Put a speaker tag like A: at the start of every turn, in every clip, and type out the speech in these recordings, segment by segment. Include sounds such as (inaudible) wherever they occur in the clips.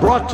A: brought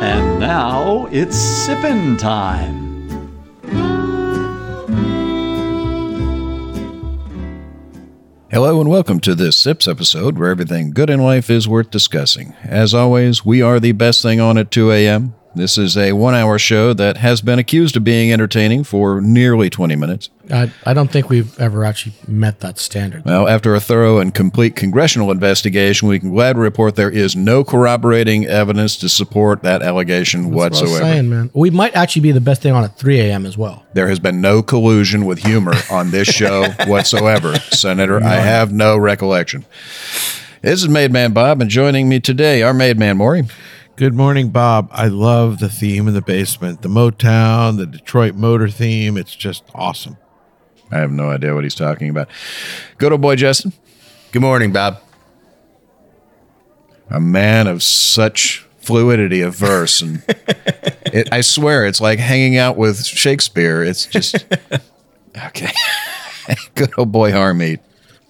A: And now it's sippin' time.
B: Hello and welcome to this SIPS episode where everything good in life is worth discussing. As always, we are the best thing on at 2 a.m. This is a one hour show that has been accused of being entertaining for nearly 20 minutes.
C: I, I don't think we've ever actually met that standard.
B: Well, after a thorough and complete congressional investigation, we can glad to report there is no corroborating evidence to support that allegation
C: That's what I was
B: whatsoever.
C: saying, man. We might actually be the best thing on at 3 a.m. as well.
B: There has been no collusion with humor on this show
C: (laughs)
B: whatsoever, Senator. I have no recollection. This is Made Man Bob, and joining me today, our Made Man Maury.
D: Good morning, Bob. I love the theme in the basement, the Motown, the Detroit Motor theme. It's just awesome.
B: I have no idea what he's talking about. Good old boy Justin,
E: Good morning, Bob.
B: a man of such fluidity of verse,
E: (laughs)
B: and it, I swear it's like hanging out with Shakespeare. It's
E: (laughs)
B: just okay. (laughs) Good old boy Harmeet.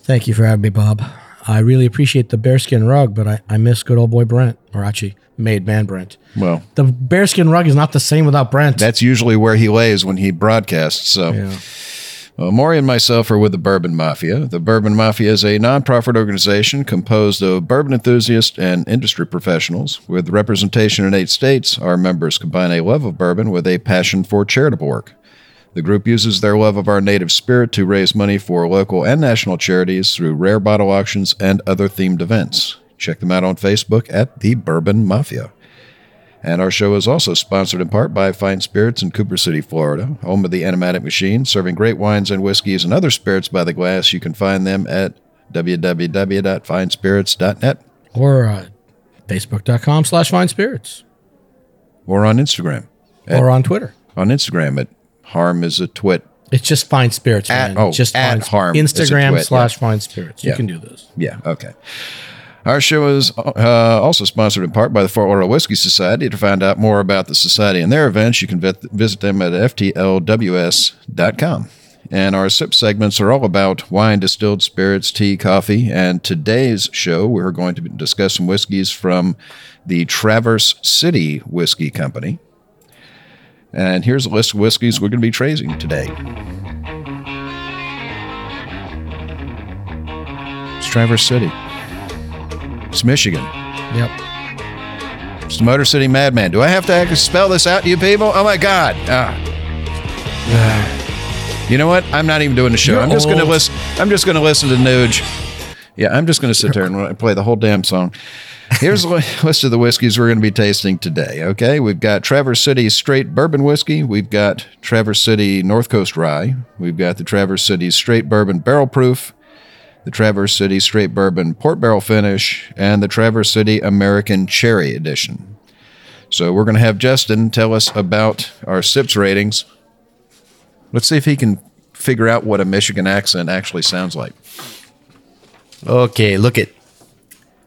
C: Thank you for having me, Bob. I really appreciate the bearskin rug, but I, I miss good old boy Brent, or actually made man Brent.
B: Well,
C: The bearskin rug is not the same without Brent.
B: that's usually where he lays when he broadcasts. So.
C: yeah.
B: Well, Maury and myself are with the Bourbon Mafia. The Bourbon Mafia is a nonprofit organization composed of bourbon enthusiasts and industry professionals. With representation in eight states, our members combine a love of bourbon with a passion for charitable work. The group uses their love of our native spirit to raise money for local and national charities through rare bottle auctions and other themed events. Check them out on Facebook at The Bourbon Mafia. And our show is also sponsored in part by Fine Spirits in Cooper City, Florida, home of the Animatic Machine, serving great wines and whiskeys and other spirits by the glass. You can find them at www.finespirits.net
C: Or uh, facebook.com slash fine spirits.
B: or on Instagram.
C: Or on Twitter.
B: On Instagram at harm is a twit.
C: It's just fine spirits,
B: At-
C: man.
B: oh,
C: just
B: at
C: fine, sp-
B: harm is a
C: Instagram
B: twit,
C: slash fine spirits. You
B: Yeah.
C: can do this.
B: Yeah, okay. Our show is uh, also sponsored in part by the Fort Lauderdale Whiskey Society. To find out more about the society and their events, you can vet, visit them at ftlws.com. And our sip segments are all about wine, distilled spirits, tea, coffee. And today's show, we're going to discuss some whiskeys from the Traverse City Whiskey Company. And here's a list of whiskeys we're going to be tracing today. It's Traverse City. It's Michigan.
C: Yep.
B: It's the Motor City Madman. Do I have to actually spell this out to you people? Oh my God. Ah. You know what? I'm not even doing the show.
C: You're
B: I'm just going to
C: old.
B: listen. I'm just going to listen to Nuge. Yeah, I'm just going to sit there and play the whole damn song. Here's a li- list of the (laughs) whiskeys we're going to be tasting today. Okay, we've got Traverse City Straight Bourbon Whiskey. We've got Traverse City North Coast Rye. We've got the Traverse City Straight Bourbon Barrel Proof the Traverse City Straight Bourbon Port Barrel Finish, and the Traverse City American Cherry Edition. So we're going to have Justin tell us about our sips ratings. Let's see if he can figure out what a Michigan accent actually sounds like.
E: Okay, look at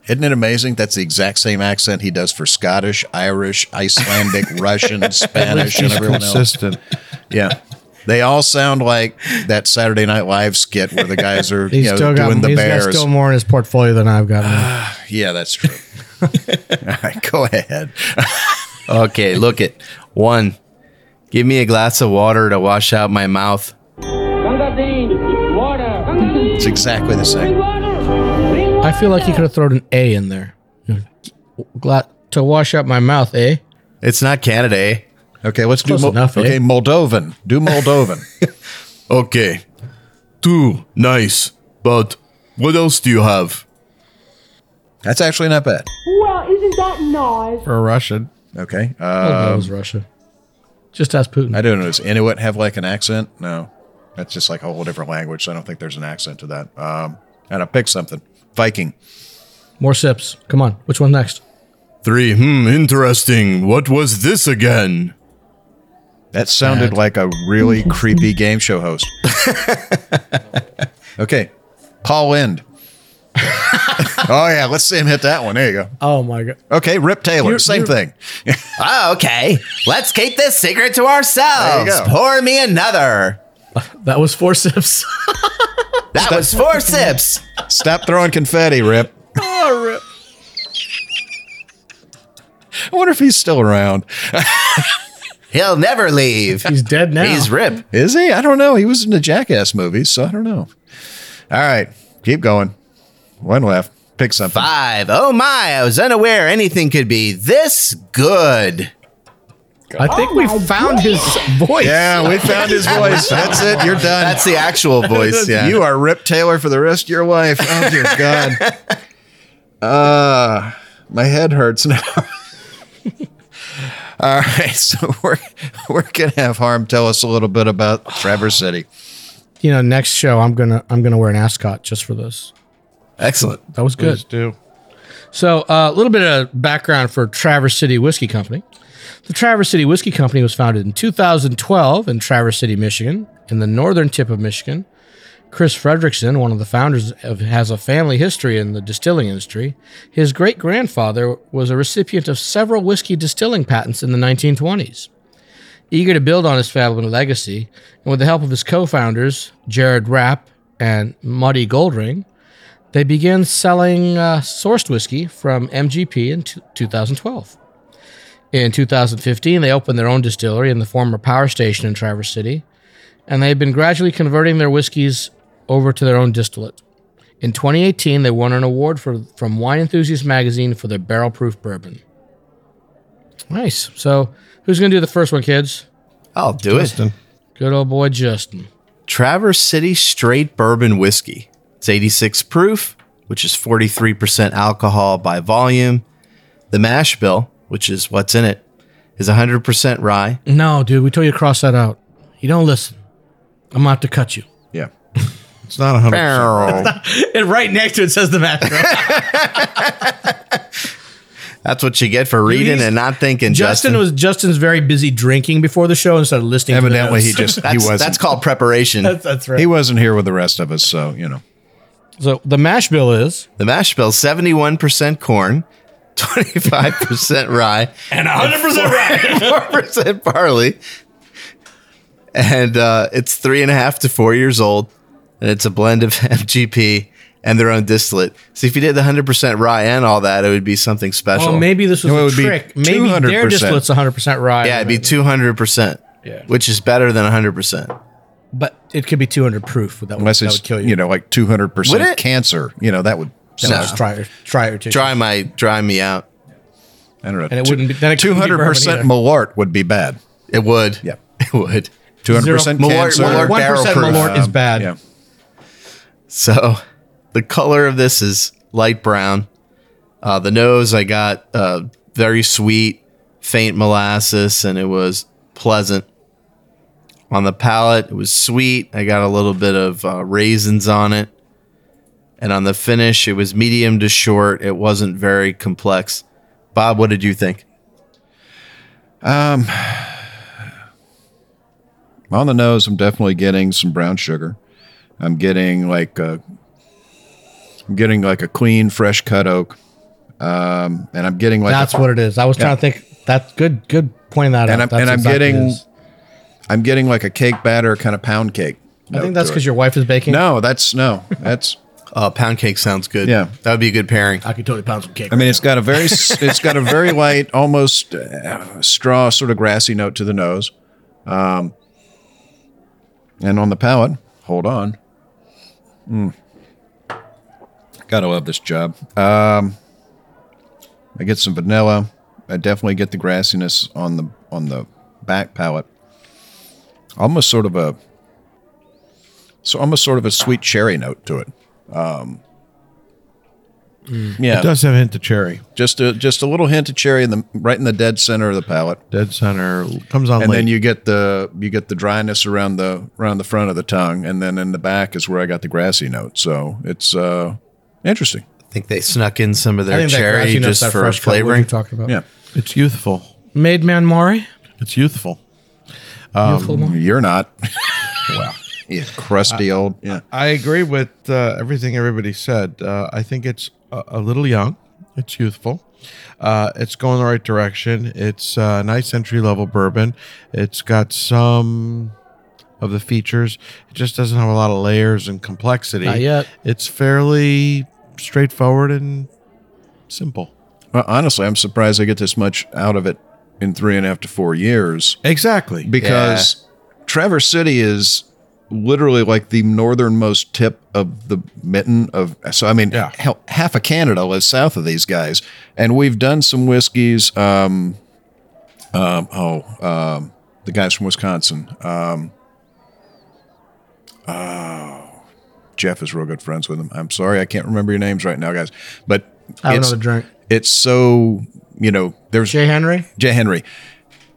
B: Isn't it amazing? That's the exact same accent he does for Scottish, Irish, Icelandic,
C: (laughs)
B: Russian, Spanish, and
D: She's
B: everyone else.
D: consistent.
B: Yeah. They all sound like that Saturday Night Live skit where the guys are
C: He's
B: you know,
C: still got,
B: doing the
C: he's got
B: bears.
C: still more in his portfolio than I've got. man.
B: Yeah, that's
E: (laughs)
B: true. (laughs) All right, go ahead.
E: Okay, look at one. Give me a glass of water to wash out my mouth.
F: Gangadine, water.
B: It's exactly the same.
F: Gangadine,
C: I feel like he could have thrown an A in there. Gla- to wash out my mouth, eh?
E: It's not Canada, eh?
B: Okay, let's do
C: Close
B: Mo-
C: enough, eh?
B: okay Moldovan. Do Moldovan.
E: (laughs) Okay. Two. Nice. But what else do you have?
B: That's actually not bad.
F: Well, isn't that nice?
D: For a Russian.
B: Okay,
C: Oh,
B: uh,
C: that was
E: Um,
C: Russia. Just ask Putin.
B: I don't know. Does Inuit have like an accent? No, that's just like a whole different language. So I don't think there's an accent to that. Um, and I pick something. Viking.
C: More sips. Come on. Which one next?
G: Three, hmm, interesting. What was this again?
B: That sounded like a
G: (laughs)
B: really creepy game show host. okay. Paul
G: (laughs)
B: End. oh yeah, let's see him hit that one. There you go.
C: Oh my god.
B: Okay, Rip Taylor,
C: You're-
B: same thing.
C: you're-
G: (laughs) Oh, okay. Let's keep this secret to ourselves.
B: There you go.
G: Pour me another.
C: That was (laughs) forceps.
G: That was four sips.
B: Stop throwing confetti,
G: (laughs)
B: Rip.
C: oh, rip.
B: I wonder if he's still around.
G: He'll never leave.
C: He's dead now.
G: He's Rip.
B: Is he? I don't know. He was in the Jackass movies, so I don't know. All right, keep going. One left. Pick something.
G: Five. Oh my, I was unaware anything could be this good.
C: I think we found his voice.
B: Yeah,
G: (laughs)
B: we found his voice. That's it. You're done.
G: That's the
B: (laughs)
G: actual voice, yeah.
B: You are Rip Taylor for the rest of your life. Oh
G: (laughs)
B: dear God. Uh my head hurts now. (laughs) All right, so we're we're gonna have Harm tell us a little bit about Traverse City.
C: You know, next show I'm gonna I'm gonna wear an ascot just for this.
G: Excellent.
C: That was good.
D: Please do.
C: So, uh, a little bit of background for Traverse City Whiskey Company. The Traverse City Whiskey Company was founded in 2012 in Traverse City, Michigan, in the northern tip of Michigan. Chris Fredrickson, one of the founders, of, has a family history in the distilling industry. His great grandfather was a recipient of several whiskey distilling patents in the 1920s. Eager to build on his family legacy, and with the help of his co founders, Jared Rapp and Muddy Goldring, they began selling uh, sourced whiskey from MGP in t- 2012. In 2015, they opened their own distillery in the former power station in Traverse City, and they have been gradually converting their whiskeys over to their own distillate. In 2018, they won an award for, from Wine Enthusiast magazine for their barrel proof bourbon. Nice. So, who's going to do the first one, kids?
G: I'll do it.
C: Good old boy Justin.
G: Traverse City Straight Bourbon Whiskey. It's 86 proof, which is 43% alcohol by volume. The mash bill, which is what's in it, is 100% rye. (laughs)
C: No, dude, we told you to cross that out. You don't listen. I'm out to cut you.
B: Yeah.
D: It's not a hundred.
C: And right next to it says the
B: (laughs)
C: macro.
G: That's what you get for reading
C: he's-
G: and not thinking, Justin.
C: Justin was Justin's very busy drinking before the show instead of listening.
B: Evidently
C: to the
B: he just
C: notes.
B: he
G: that's,
B: wasn't
G: that's called preparation.
C: that's, that's right.
B: he wasn't here with the rest of us, so you know.
C: so the mash bill is
G: The mash bill, 71% corn, 25% rye,
C: and 100 percent right.
G: 4% barley. And uh, it's three and a half to four years old. And it's a blend of (laughs) MGP and their own distillate. So if you did the 100% rye and all that, it would be something special.
C: Well, Oh, maybe this was
B: No, it
C: a
B: would be
C: trick. Maybe their
B: 200%.
C: distillate's 100 percent rye.
G: yeah, it'd be 200%,
C: Yeah.
G: which is better than 100%.
C: but it could be 200 proof. That would,
B: Unless
C: that
B: it's
C: would kill you.
B: you. know, like two hundred
G: Would it?
B: percent cancer. You know, that would
C: that was
G: no.
C: try try or two.
G: Dry my dry me out.
B: I don't know.
C: And it wouldn't be- then it
B: two
C: couldn't be
B: hundred
C: bourbon
B: percent
C: either.
B: Malort would be bad.
G: It would. (laughs)
B: Yeah.
G: It would.
B: Two hundred percent
G: Malort-
B: cancer.
G: Malort
C: One percent
G: barrel proof.
C: Malort is bad.
B: Yeah.
G: So the color of this is light brown. Uh, the nose, I got uh, very sweet, faint molasses, and it was pleasant. On the palate, it was sweet. I got a little bit of uh, raisins on it. And on the finish, it was medium to short. It wasn't very complex. Bob, what did you think?
B: On the nose, I'm definitely getting some brown sugar. I'm getting like a, I'm getting like a clean, fresh cut oak, um, and I'm getting like
C: That's
B: a-
C: what it is. I was trying to think. That's good. Good pointing that
B: And
C: out.
B: I'm-
C: That's
B: and I'm
C: exactly
B: getting-
C: it is.
B: I'm getting like a cake batter, kind of pound cake.
C: I think that's because
B: you're.
C: your wife is baking.
B: Oh, No, that's no, that's.
G: Uh, pound cake sounds good.
B: Yeah.
G: That would be a good pairing.
C: I could totally pound some cake.
B: I mean, it's got a very, s- it's got a very light, almost uh, straw sort of grassy note to the nose, um, and on the palate. Hold on. Mm. Gotta love this job. Um, I get some vanilla. I definitely get the grassiness on the on the back palate. Almost sort of a, so almost sort of a sweet cherry note to it. Um, Yeah,
D: It does have a hint of cherry.
B: just a just a little hint of cherry in the right in the dead center of the palate,
D: Dead center comes on
B: and
D: late.
B: then you get the you get the dryness around the around the front of the tongue, and then in the back is where I got the grassy note. So it's uh, interesting.
E: think they snuck in some of
C: I
E: their
C: think that
E: cherry
C: grassy nut's
E: just
C: that
E: for
C: fresh cut. What are you
E: flavoring.
C: talking about?
B: Yeah.
D: It's youthful.
C: Made Man Maury.
D: It's youthful.
B: Um,
C: Youthful Maury.
B: You're not. (laughs) wow. You crusty old. Yeah.
D: I agree with uh, everything everybody said. Uh, I think it's a, a little young. It's youthful. Uh, it's going the right direction. It's a nice entry level bourbon. It's got some of the features. It just doesn't have a lot of layers and complexity.
C: Not yet.
D: It's fairly straightforward and simple.
B: Well, honestly, I'm surprised I get this much out of it in three and a half to four years
D: Exactly.
B: because Traverse City is literally like the northernmost tip of the mitten of. So I mean,
D: Yeah.
B: hell, half of Canada lives south of these guys, and we've done some whiskeys. Um, um, oh, um, the guys from Wisconsin. Um, oh, Jeff is real good friends with them. I'm sorry, I can't remember your names right now, guys. But
C: Have
B: it's-
C: another drink.
B: it's so you know there's
C: Jay Henry.
B: Jay Henry.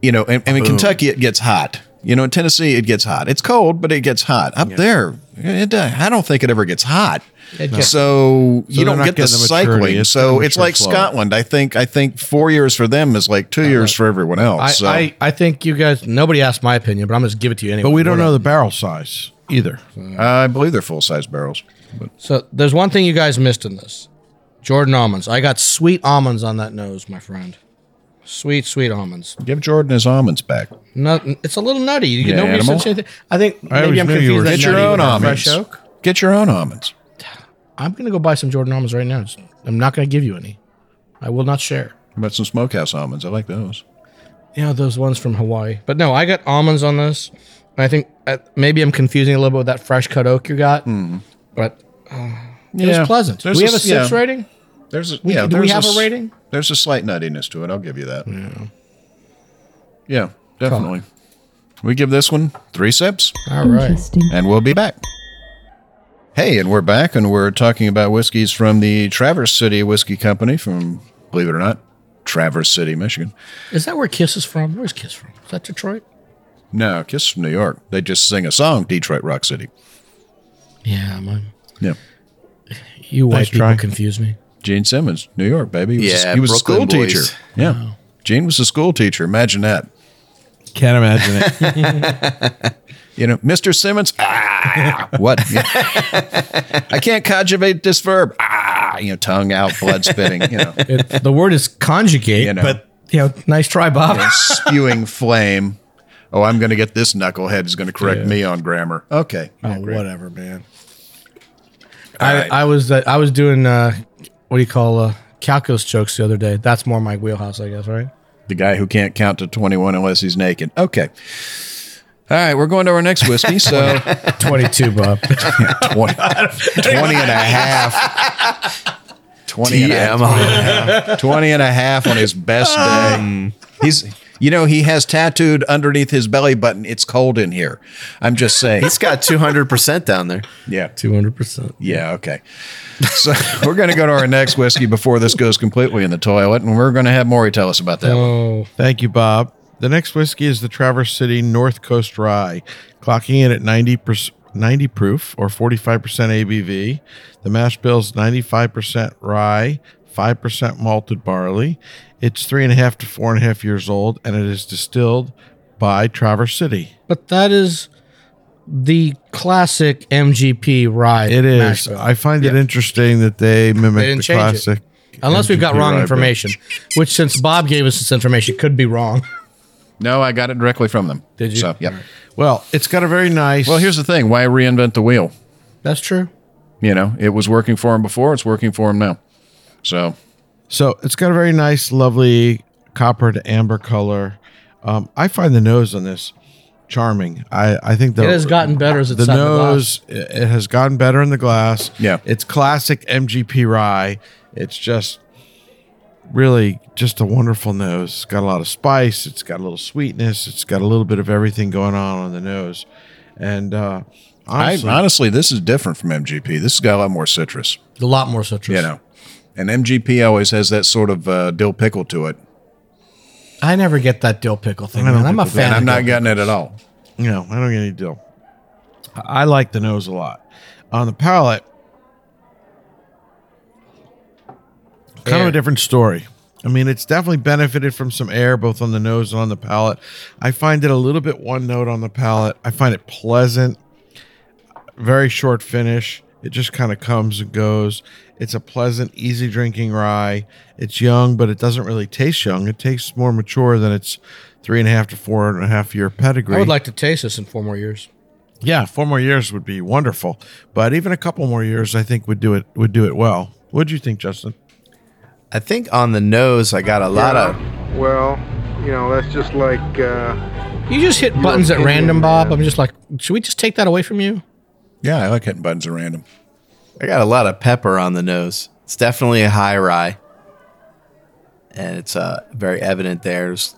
B: You know, and, and in Kentucky it gets hot. You know, in Tennessee it gets hot. It's cold, but it gets hot. Up there, it, do- I don't think it ever gets hot.
C: It gets-
B: So, you
D: they're
B: don't
D: not
B: get the,
D: getting the maturity.
B: cycling.
D: It's
B: so
D: the
B: it's like
D: mature flow.
B: Scotland. I think I think four years for them is like two years for everyone else.
C: I,
B: so
C: I, I think you guys. Nobody asked my opinion, but I'm just give it to you anyway.
D: But we don't know the barrel size either.
B: I believe they're full size barrels. But
C: So there's one thing you guys missed in this. Jordan almonds. I got sweet almonds on that nose, my friend. Sweet, sweet almonds.
B: give Jordan his almonds back.
C: Not, it's a little nutty. You
B: Yeah,
C: nobody
B: animal.
C: said anything. I think
D: I
C: maybe
D: always
C: I'm
D: knew you
C: confused.
D: were-
C: that
B: Get your
C: nutty
B: own
C: with
B: almonds.
C: Fresh oak.
B: Get your own almonds.
C: I'm gonna go buy some Jordan almonds right now. It's- I'm not gonna give you any. I will not share.
B: How about some smokehouse almonds? I like those.
C: You know those ones from Hawaii. But no, I got almonds on this. And I think uh, maybe I'm confusing a little bit with that fresh cut oak you got. But it was pleasant.
B: There's
C: do we have a
B: s- yeah.
C: six rating?
B: There's a, yeah,
C: do we
B: there's
C: have a
B: s-
C: rating?
B: There's a slight nuttiness to it. I'll give you that. Yeah, definitely. We give this one three sips,
C: All right.
B: and we'll be back. Hey, and we're back, and we're talking about whiskeys from the Traverse City Whiskey Company from, believe it or not, Traverse City, Michigan.
C: Is that where Kiss is from? Where's Kiss from? Is that Detroit?
B: No, Kiss from New York. They just sing a song, Detroit Rock City.
C: Yeah, man.
B: Yeah.
C: You white people
D: try.
C: confuse me.
B: Gene Simmons, New York, baby. He was,
E: Yeah,
B: he was a
E: Brooklyn
B: school
E: boys.
B: teacher. Yeah. Gene was a school teacher. Imagine that.
D: Can't imagine it.
B: (laughs) You know, Mr. Simmons, ah, what? (laughs) I can't conjugate this verb. Ah, you know, tongue out, blood spitting, you know,
C: It, the word is conjugate,
B: You know.
C: but you know, nice try, Bob.
B: spewing flame. Oh, I'm going to get this knucklehead is going to correct me on grammar. Okay.
C: Oh, whatever, man. I, I was uh, I was doing uh, what do you call uh, calculus jokes the other day. That's more my wheelhouse, I guess, (laughs) right?
B: The guy who can't count to 21 unless he's naked. Okay. All right, we're going to our next whiskey. So
C: 22, Bob.
B: 20, 20 and a half. 20 and a half.
E: TMI.
B: 20 and a half on his best
C: Ah.
B: day. He's you know, he has tattooed underneath his belly button, it's cold in here. I'm just saying.
E: He's got 200% down there.
B: Yeah.
C: 200%.
B: Yeah, okay. So (laughs) we're gonna go to our next whiskey before this goes completely in the toilet, and we're gonna have Maury tell us about that. one.
C: Oh,
D: Thank you, Bob. The next whiskey is the Traverse City North Coast Rye, clocking in at 90 90 proof or 45% ABV. The mash bill's 95% rye, 5% malted barley. It's three and a half to four and a half years old, and it is distilled by Traverse City.
C: (laughs) but that is the classic MGP ride.
D: It is.
C: mash bill.
D: I find it interesting that they mimic
C: They didn't
D: the
C: change it.
D: classic.
C: Unless we've got
D: MGP
C: wrong
D: rye bill.
C: information, which since Bob gave us this information, could be wrong.
B: No, I got it directly from them.
C: Did you?
B: So, yeah.
D: Well, it's got a very nice.
B: Well, here's the thing: why reinvent the wheel?
C: That's true.
B: You know, it was working for him before; it's working for him now. So,
D: So it's got a very nice, lovely copper to amber color. Um, I find the nose on this charming. I, I think the,
C: It has gotten better as it's
D: the
C: sat in the glass.
D: nose. it- it has gotten better in the glass.
B: Yeah.
D: it's classic MGP rye. It's just really just a wonderful nose. It's got a lot of spice. It's got a little sweetness. It's got a little bit of everything going on on the nose. And uh, honestly,
B: I honestly, this is different from MGP. This has got a lot more citrus.
C: A lot more citrus.
B: You know, and MGP always has that sort of uh, dill pickle to it.
C: I never get that dill pickle thing. Man. I'm a fan.
B: and
C: of
B: I'm not
C: dill
B: getting it at all.
D: No, I don't get any dill. I I like the nose a lot. On the palate, kind of
C: Air.
D: a different story. I mean, it's definitely benefited from some air, both on the nose and on the palate. I find it a little bit one note on the palate. I find it pleasant, very short finish. It just kind of comes and goes. It's a pleasant, easy drinking rye. It's young, but it doesn't really taste young. It tastes more mature than its three and a half to four and a half year pedigree.
C: I would like to taste this in four more years.
D: yeah, four more years would be wonderful, but even a couple more years, I think would do it. Would do it well. What do you think, Justin?
E: I think on the nose, I got a lot of.
H: Well, you know, that's just like uh,
C: You just hit buttons at
H: kidding,
C: random, Bob.
H: man.
C: I'm just like, should we just take that away from you?
B: Yeah, I like hitting buttons at random.
E: I got a lot of pepper on the nose. It's definitely a high rye, and it's uh, very evident there. It's-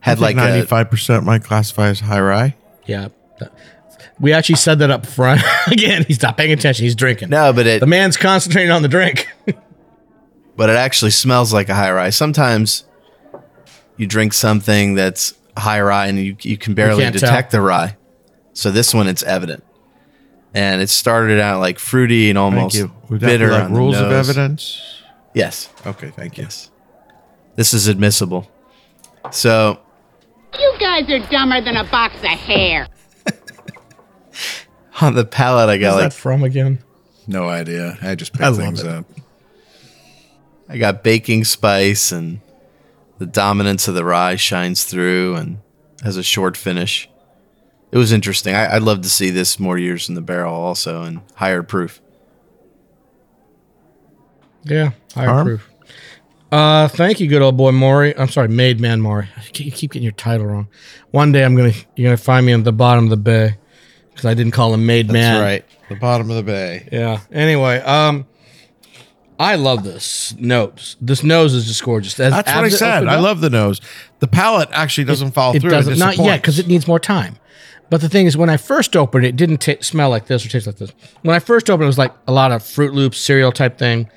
E: had like a,
D: ninety-five percent might classify as high rye.
C: Yeah. That- We actually said that up front. (laughs) Again, he's not paying attention. He's drinking.
E: no, but it
C: The man's concentrating on the drink. (laughs)
E: but it actually smells like a high rye. Sometimes you drink something that's high rye and you, you can barely
C: can't
E: detect the rye. So this one, it's evident. And it started out like fruity and almost
D: Would that be
E: bitter.
D: like
E: on the
D: rules of
E: nose.
D: evidence.
E: Yes,
D: Okay, thank you.
E: this is admissible. So
I: You guys are dumber than a box of hair.
E: (laughs) on the palate, I got
C: Where's
E: like
C: that from again?
B: No idea. I just pick
E: I love
B: things
E: it.
B: up.
E: I got baking spice and the dominance of the rye shines through and has a short finish. It was interesting. I, I'd love to see this more years in the barrel also and higher proof.
C: Yeah, higher
D: Harm?
C: proof. Uh, thank you, good old boy Maury. I'm sorry, made man Maury. I keep- You keep getting your title wrong. One day I'm gonna you're gonna find me at the bottom of the bay because I didn't call him made man.
D: The bottom of the bay.
C: Yeah. Anyway, um, I love this nose. This nose is just gorgeous. As
D: That's what I
C: abs it
D: said.
C: opened
D: I
C: up-
D: love the nose. The palate actually doesn't follow
C: it.
D: through.
C: Doesn't not yet because it
D: disappoints.
C: needs more time. But the thing is, when I first opened it, it didn't ta smell like this or taste like this. When I first opened it, it was like a lot of Fruit Loops cereal type thing,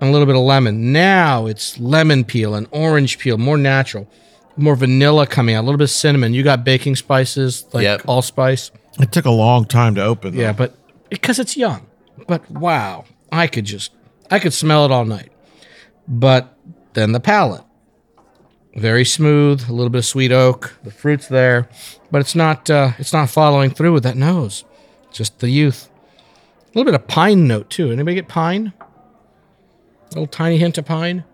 C: and a little bit of lemon. Now it's lemon peel and orange peel, more natural, more vanilla coming out, a little bit of cinnamon. You got baking spices like
E: Yep.
C: allspice.
D: It took a long time to open. though.
C: Yeah, but because it's young. But wow, I could just I could smell it all night. But then the palate. Very smooth, a little bit of sweet oak, the fruits there, but it's not uh, it's not following through with that nose. Just the youth. A little bit of pine note too. Anybody get pine? A little tiny hint of pine.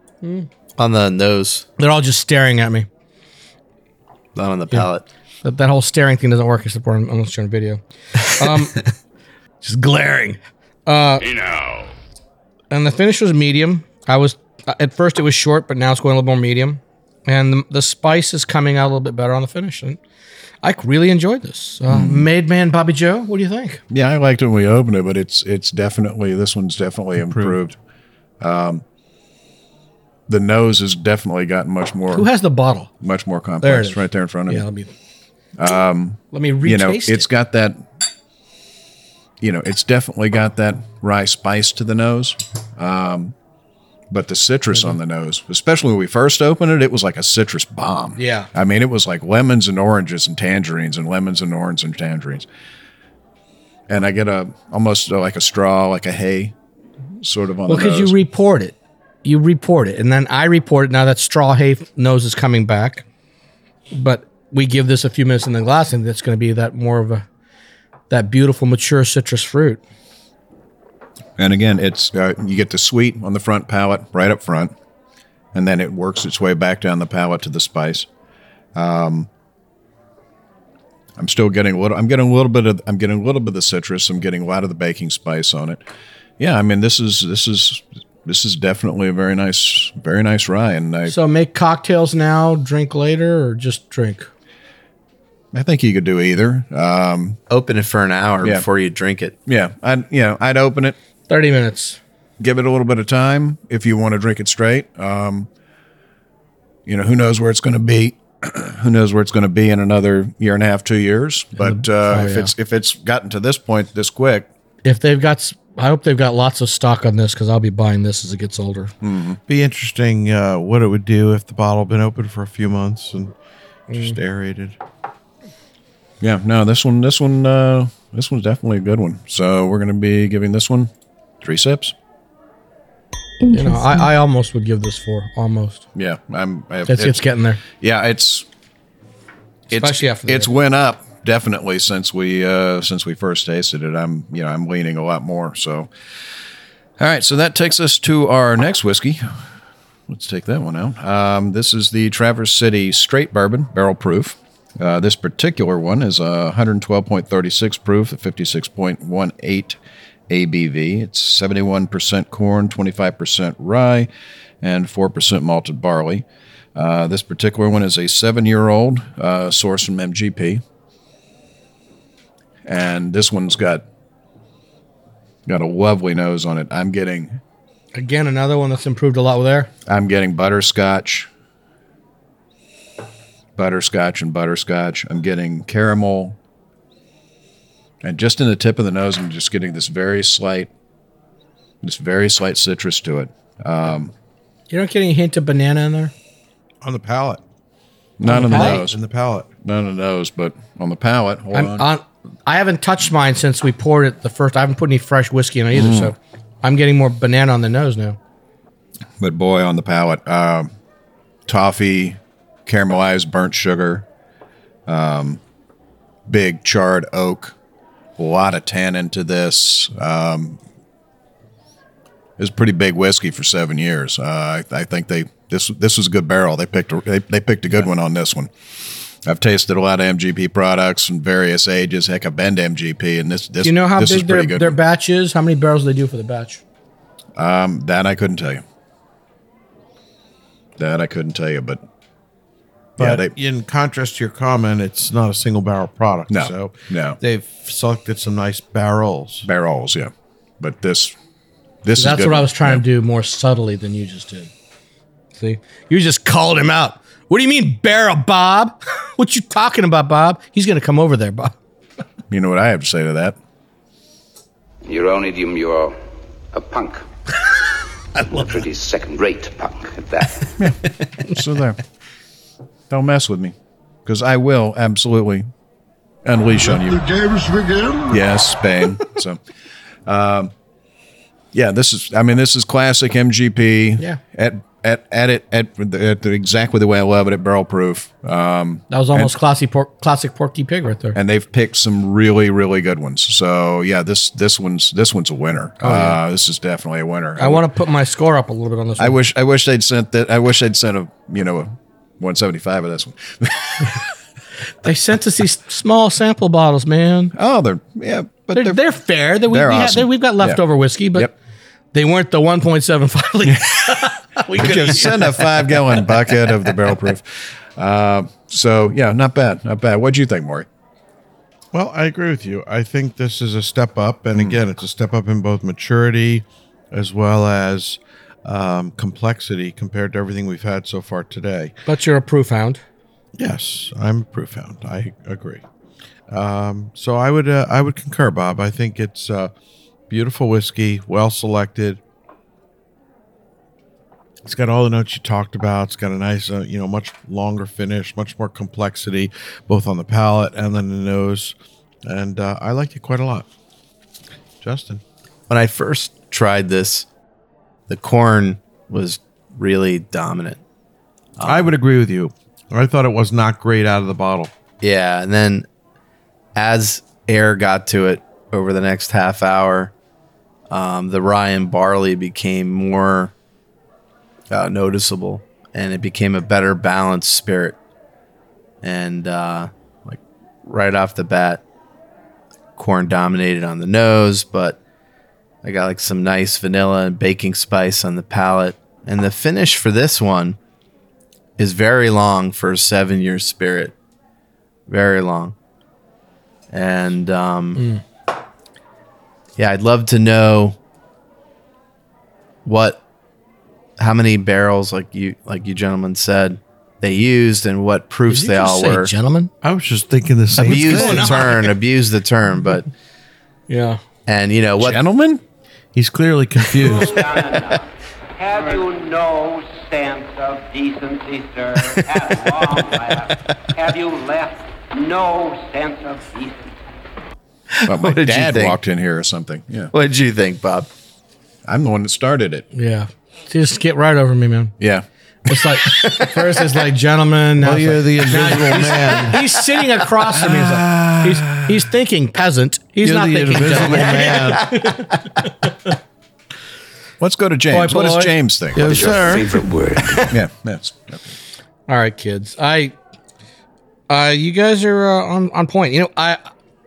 E: On the nose,
C: They're all just staring at me.
E: not on the palate.
C: That, that whole staring thing doesn't work except for unless you're on video.
B: (laughs)
C: Um, just glaring. Uh, And the finish was medium. I was uh, at first it was short, but now it's going a little more medium. And the, the spice is coming out a little bit better on the finish. And I really enjoyed this. Uh,
B: Mm.
C: Made man Bobby Joe, what do you think?
B: Yeah, I liked it when we opened it, but it's it's definitely this one's definitely improved. Um, the nose has definitely gotten much more
C: Who has the bottle?
B: much more complex
C: There it is.
B: right there in front of
C: Yeah,
B: me. Um,
C: let me. let me retaste
B: You know,
C: it.
B: it's got that. You know, it's definitely got that rye spice to the nose, um, but the citrus on the nose, especially when we first opened it, it was like a citrus bomb.
C: Yeah.
B: I mean, it was like lemons and oranges and tangerines and lemons and oranges and tangerines. And I get a almost like a straw, like a hay, sort of on
C: Well,
B: the
C: because
B: nose.
C: you report it, you report it, and then I report it. Now that straw hay f- nose is coming back, but we give this a few minutes in the glass, and that's going to be that more of a that beautiful mature citrus fruit.
B: And again, it's uh, you get the sweet on the front palate right up front, and then it works its way back down the palate to the spice. Um, I'm still getting a little. I'm getting a little bit of. I'm getting a little bit of the citrus. I'm getting a lot of the baking spice on it. Yeah, I mean this is this is this is definitely a very nice, very nice rye, and I,
C: So make cocktails now, drink later, or just drink.
B: I think you could do either. Um,
E: Open it for an hour
B: Yeah.
E: before you drink it.
B: yeah, I would you know I'd open it,
C: Thirty minutes.
B: give it a little bit of time if you want to drink it straight. Um, you know, who knows where it's going to be? (clears throat) who knows where it's going to be in another year and a half, two years? But uh,
C: oh,
B: if
C: yeah.
B: it's if it's gotten to this point this quick,
C: If they've got, s- I hope they've got lots of stock on this because I'll be buying this as it gets older.
D: Be interesting uh, what it would do if the bottle had been open for a few months and
C: Mm.
D: just aerated.
B: yeah, no, this one, this one, uh, this one's definitely a good one. So we're going to be giving this one three sips.
C: You know, I, I almost would give this four. Almost.
B: Yeah, I'm. I,
C: It's, it's getting there.
B: Yeah, it's. It's,
C: Especially after the-
B: it's went up definitely since we uh, since we first tasted it. I'm you know I'm leaning a lot more. So, all right, so that takes us to our next whiskey. Let's take that one out. Um, this is the Traverse City Straight Bourbon Barrel Proof. Uh, this particular one is uh, 112.36 proof, 56.18 ABV. It's 71% corn, 25% rye, and 4% malted barley. Uh, this particular one is a seven year old uh, sourced from MGP. And this one's got got a lovely nose on it. I'm getting
C: Again, another one that's improved a lot with air.
B: I'm getting butterscotch, butterscotch, and butterscotch. I'm getting caramel, and just in the tip of the nose, I'm just getting this very slight, this very slight citrus to it.
C: You don't get any hint of banana in there?
D: on the palate.
B: Not on the
C: palate?
B: nose,
D: In the palate.
B: not on the nose, but on the palate. Hold
C: I'm
B: on.
C: on. I haven't touched mine since we poured it the first. I haven't put any fresh whiskey in it either, so I'm getting more banana on the nose now.
B: but boy, on the palate, um, toffee, caramelized burnt sugar, um, big charred oak, a lot of tannin to this. Um, it's pretty big whiskey for seven years. Uh, I, I think they this this was a good barrel. They picked a, they, they picked a good one on this one. I've tasted a lot of MGP products from various ages. Heck, I've been to MGP, and this this
C: Do you know how
B: this
C: big
B: is pretty
C: their,
B: good.
C: their batch is? How many barrels do they do for the batch?
B: that I couldn't tell you. That I couldn't tell you, but
D: But
B: yeah, they,
D: in contrast to your comment, it's not a single barrel product.
B: No,
D: So
B: no.
D: they've selected some nice barrels.
B: barrels, yeah. But this, this is
C: That's
B: good.
C: what I was trying to do more subtly than you just did. See, you just called him out. What do you mean barrel, Bob? (laughs) what you talking about, Bob? He's gonna come over there, Bob.
B: You know what I have to say to that?
J: Your own idiom, you're a
E: (laughs)
J: punk. a pretty second rate punk at that.
B: (laughs) So there. Don't mess with me, because I will absolutely unleash on you.
H: James begin.
B: Yes, Spain. so, (laughs) um, yeah, this is. I mean, this is classic MGP.
C: Yeah.
B: At at at it at, the- at the, exactly the way I love it at barrel proof. Um,
C: That was almost classy pork, classic porky pig right there.
B: and they've picked some really really good ones. So yeah, this this one's this one's a winner. uh, this is definitely a winner.
C: Oh, I want to put my score up a little bit on this.
B: I
C: one.
B: wish I wish they'd sent that. I wish they'd sent a you know a 175 of this one. (laughs)
C: They sent us these small sample bottles, man.
B: Oh, they're yeah, but
C: They're,
B: they're,
C: they're fair. That we,
B: they're
C: we had-
B: awesome.
C: that we've got leftover
B: Yeah.
C: whiskey, but
B: Yep.
C: they weren't the (laughs) 1.75 liter. we
B: we could send a five gallon bucket of the barrel proof. Uh, so yeah, not bad, not bad. What'd you think, Maury?
D: Well, I agree with you. I think this is a step up,
B: Mm.
D: and again, it's a step up in both maturity as well as um, complexity compared to everything we've had so far today.
C: But you're a proof hound.
D: Yes, I'm a proof hound. I agree. Um, so I would uh, I would concur, Bob. I think it's uh, beautiful whiskey, well selected. It's got all the notes you talked about. It's got a nice, uh, you know, much longer finish, much more complexity, both on the palate and then the nose. And uh, I liked it quite a lot. Justin,
E: when I first tried this, the corn was really dominant.
D: I would agree with you. I thought it was not great out of the bottle.
E: Yeah, and then as air got to it over the next half hour, um, the rye and barley became more uh, noticeable, and it became a better balanced spirit. And uh, like right off the bat, corn dominated on the nose, but I got like some nice vanilla and baking spice on the palate, and the finish for this one is very long for a seven-year spirit very long. And um, yeah, I'd love to know what, how many barrels, like you, like you gentlemen said, they used, and what proofs they all were.
C: gentlemen.
D: I was just thinking the same.
E: Abuse
D: thing.
E: the (laughs) term, abuse the term, but
C: Yeah.
E: and you know what? (laughs)
B: Gentlemen,
D: He's clearly confused.
G: Have you no sense of decency, sir? At long last,
E: (laughs)
G: have you left no sense of decency?
B: Well, my
E: did you
B: dad
E: think?
B: walked in here or something. Yeah,
E: What did you think, Bob?
B: I'm the one that started it.
C: Yeah. Just get right over me, man.
B: Yeah.
C: It's like (laughs) first it's like gentlemen. Now
D: Well,
C: it's
D: you're
C: like-
D: the
C: (laughs) now
D: invisible
C: he's- (laughs)
D: man.
C: He's sitting across from me. He's like he's he's thinking peasant. He's
D: You're
C: not
D: the
C: thinking
D: invisible
C: gentleman. (laughs)
D: man.
B: Let's go to James.
C: Boy,
B: what
C: boy.
B: does James think?
D: Yes,
J: Your
D: sir.
J: favorite word.
B: Yeah, that's
C: All right, kids. I, uh, you guys are uh, on on point. You know, I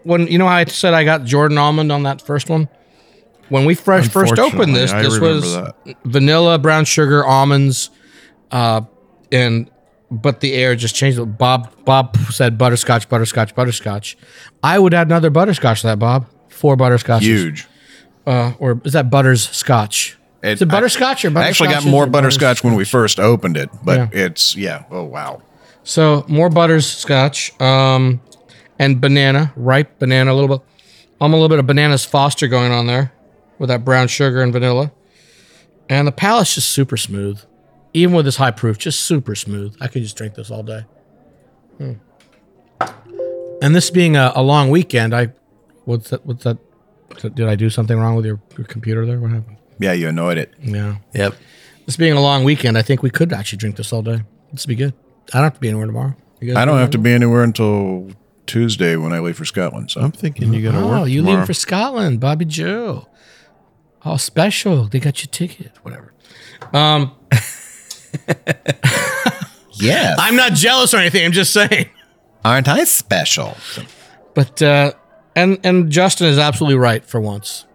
C: when you know how I said I got Jordan almond on that first one. When we fresh first opened this,
D: Unfortunately, I
C: this
D: remember
C: was
D: that.
C: vanilla, brown sugar, almonds, uh, and but the air just changed. Bob Bob said butterscotch, butterscotch, butterscotch. I would add another butterscotch to that, Bob. Four butterscotches.
B: huge.
C: Uh, or is that butters scotch?
B: It-
C: Is it butterscotch or
B: I
C: butterscotch?
B: actually got
C: is
B: more
C: it butters-
B: butterscotch when we first opened it, but
C: Yeah.
B: it's yeah. Oh wow.
C: So more butterscotch, um, and banana, ripe banana, a little bit, um, a little bit of bananas Foster going on there, with that brown sugar and vanilla, and the palate's just super smooth, even with this high proof, just super smooth. I could just drink this all day. Hmm. And this being a, a long weekend, I what's that? What's that? Did I do something wrong with your, your computer there? What happened?
B: Yeah, you annoyed it.
C: Yeah.
E: Yep.
C: This being a long weekend, I think we could actually drink this all day. This would be good. I don't have to be anywhere tomorrow. You guys
B: I don't
C: be
B: have to be anywhere until Tuesday when I leave for Scotland. So
D: I'm thinking you got to
C: Oh,
D: work.
C: you
D: tomorrow.
C: leaving for Scotland, Bobby Joe. How special. They got your ticket, whatever. Um,
B: yeah,
C: I'm not jealous or anything. I'm just saying.
B: aren't I special?
C: But, uh, and, and Justin is absolutely right for once.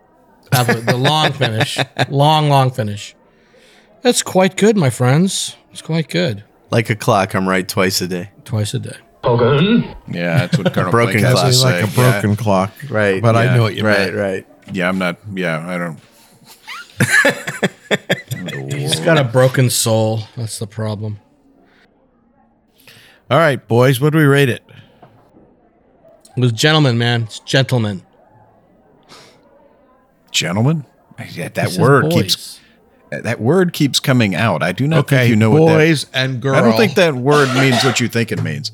C: Uh, The, the (laughs) long finish, long, long finish. That's quite good, my friends. It's quite good.
E: Like a clock, I'm right twice a day.
C: Twice a day.
B: Yeah, that's what (laughs) Colonel
E: Broken
B: Blake has to
E: glass.
D: It's
B: say.
D: like a broken clock.
E: Right.
D: But I
E: yeah,
D: know what you
E: Right,
D: meant.
E: right.
B: Yeah. yeah, I'm not. Yeah, I don't.
C: He's got a broken soul. That's the problem.
D: All right, boys, what do we rate it?
C: It was gentlemen, man. It's gentlemen.
B: Gentlemen, Yeah, that
C: This is
B: word
C: boys.
B: keeps that word keeps coming out. I do not
D: Okay,
B: think you know what that.
D: boys and girls.
B: I don't think that word means what you think it means.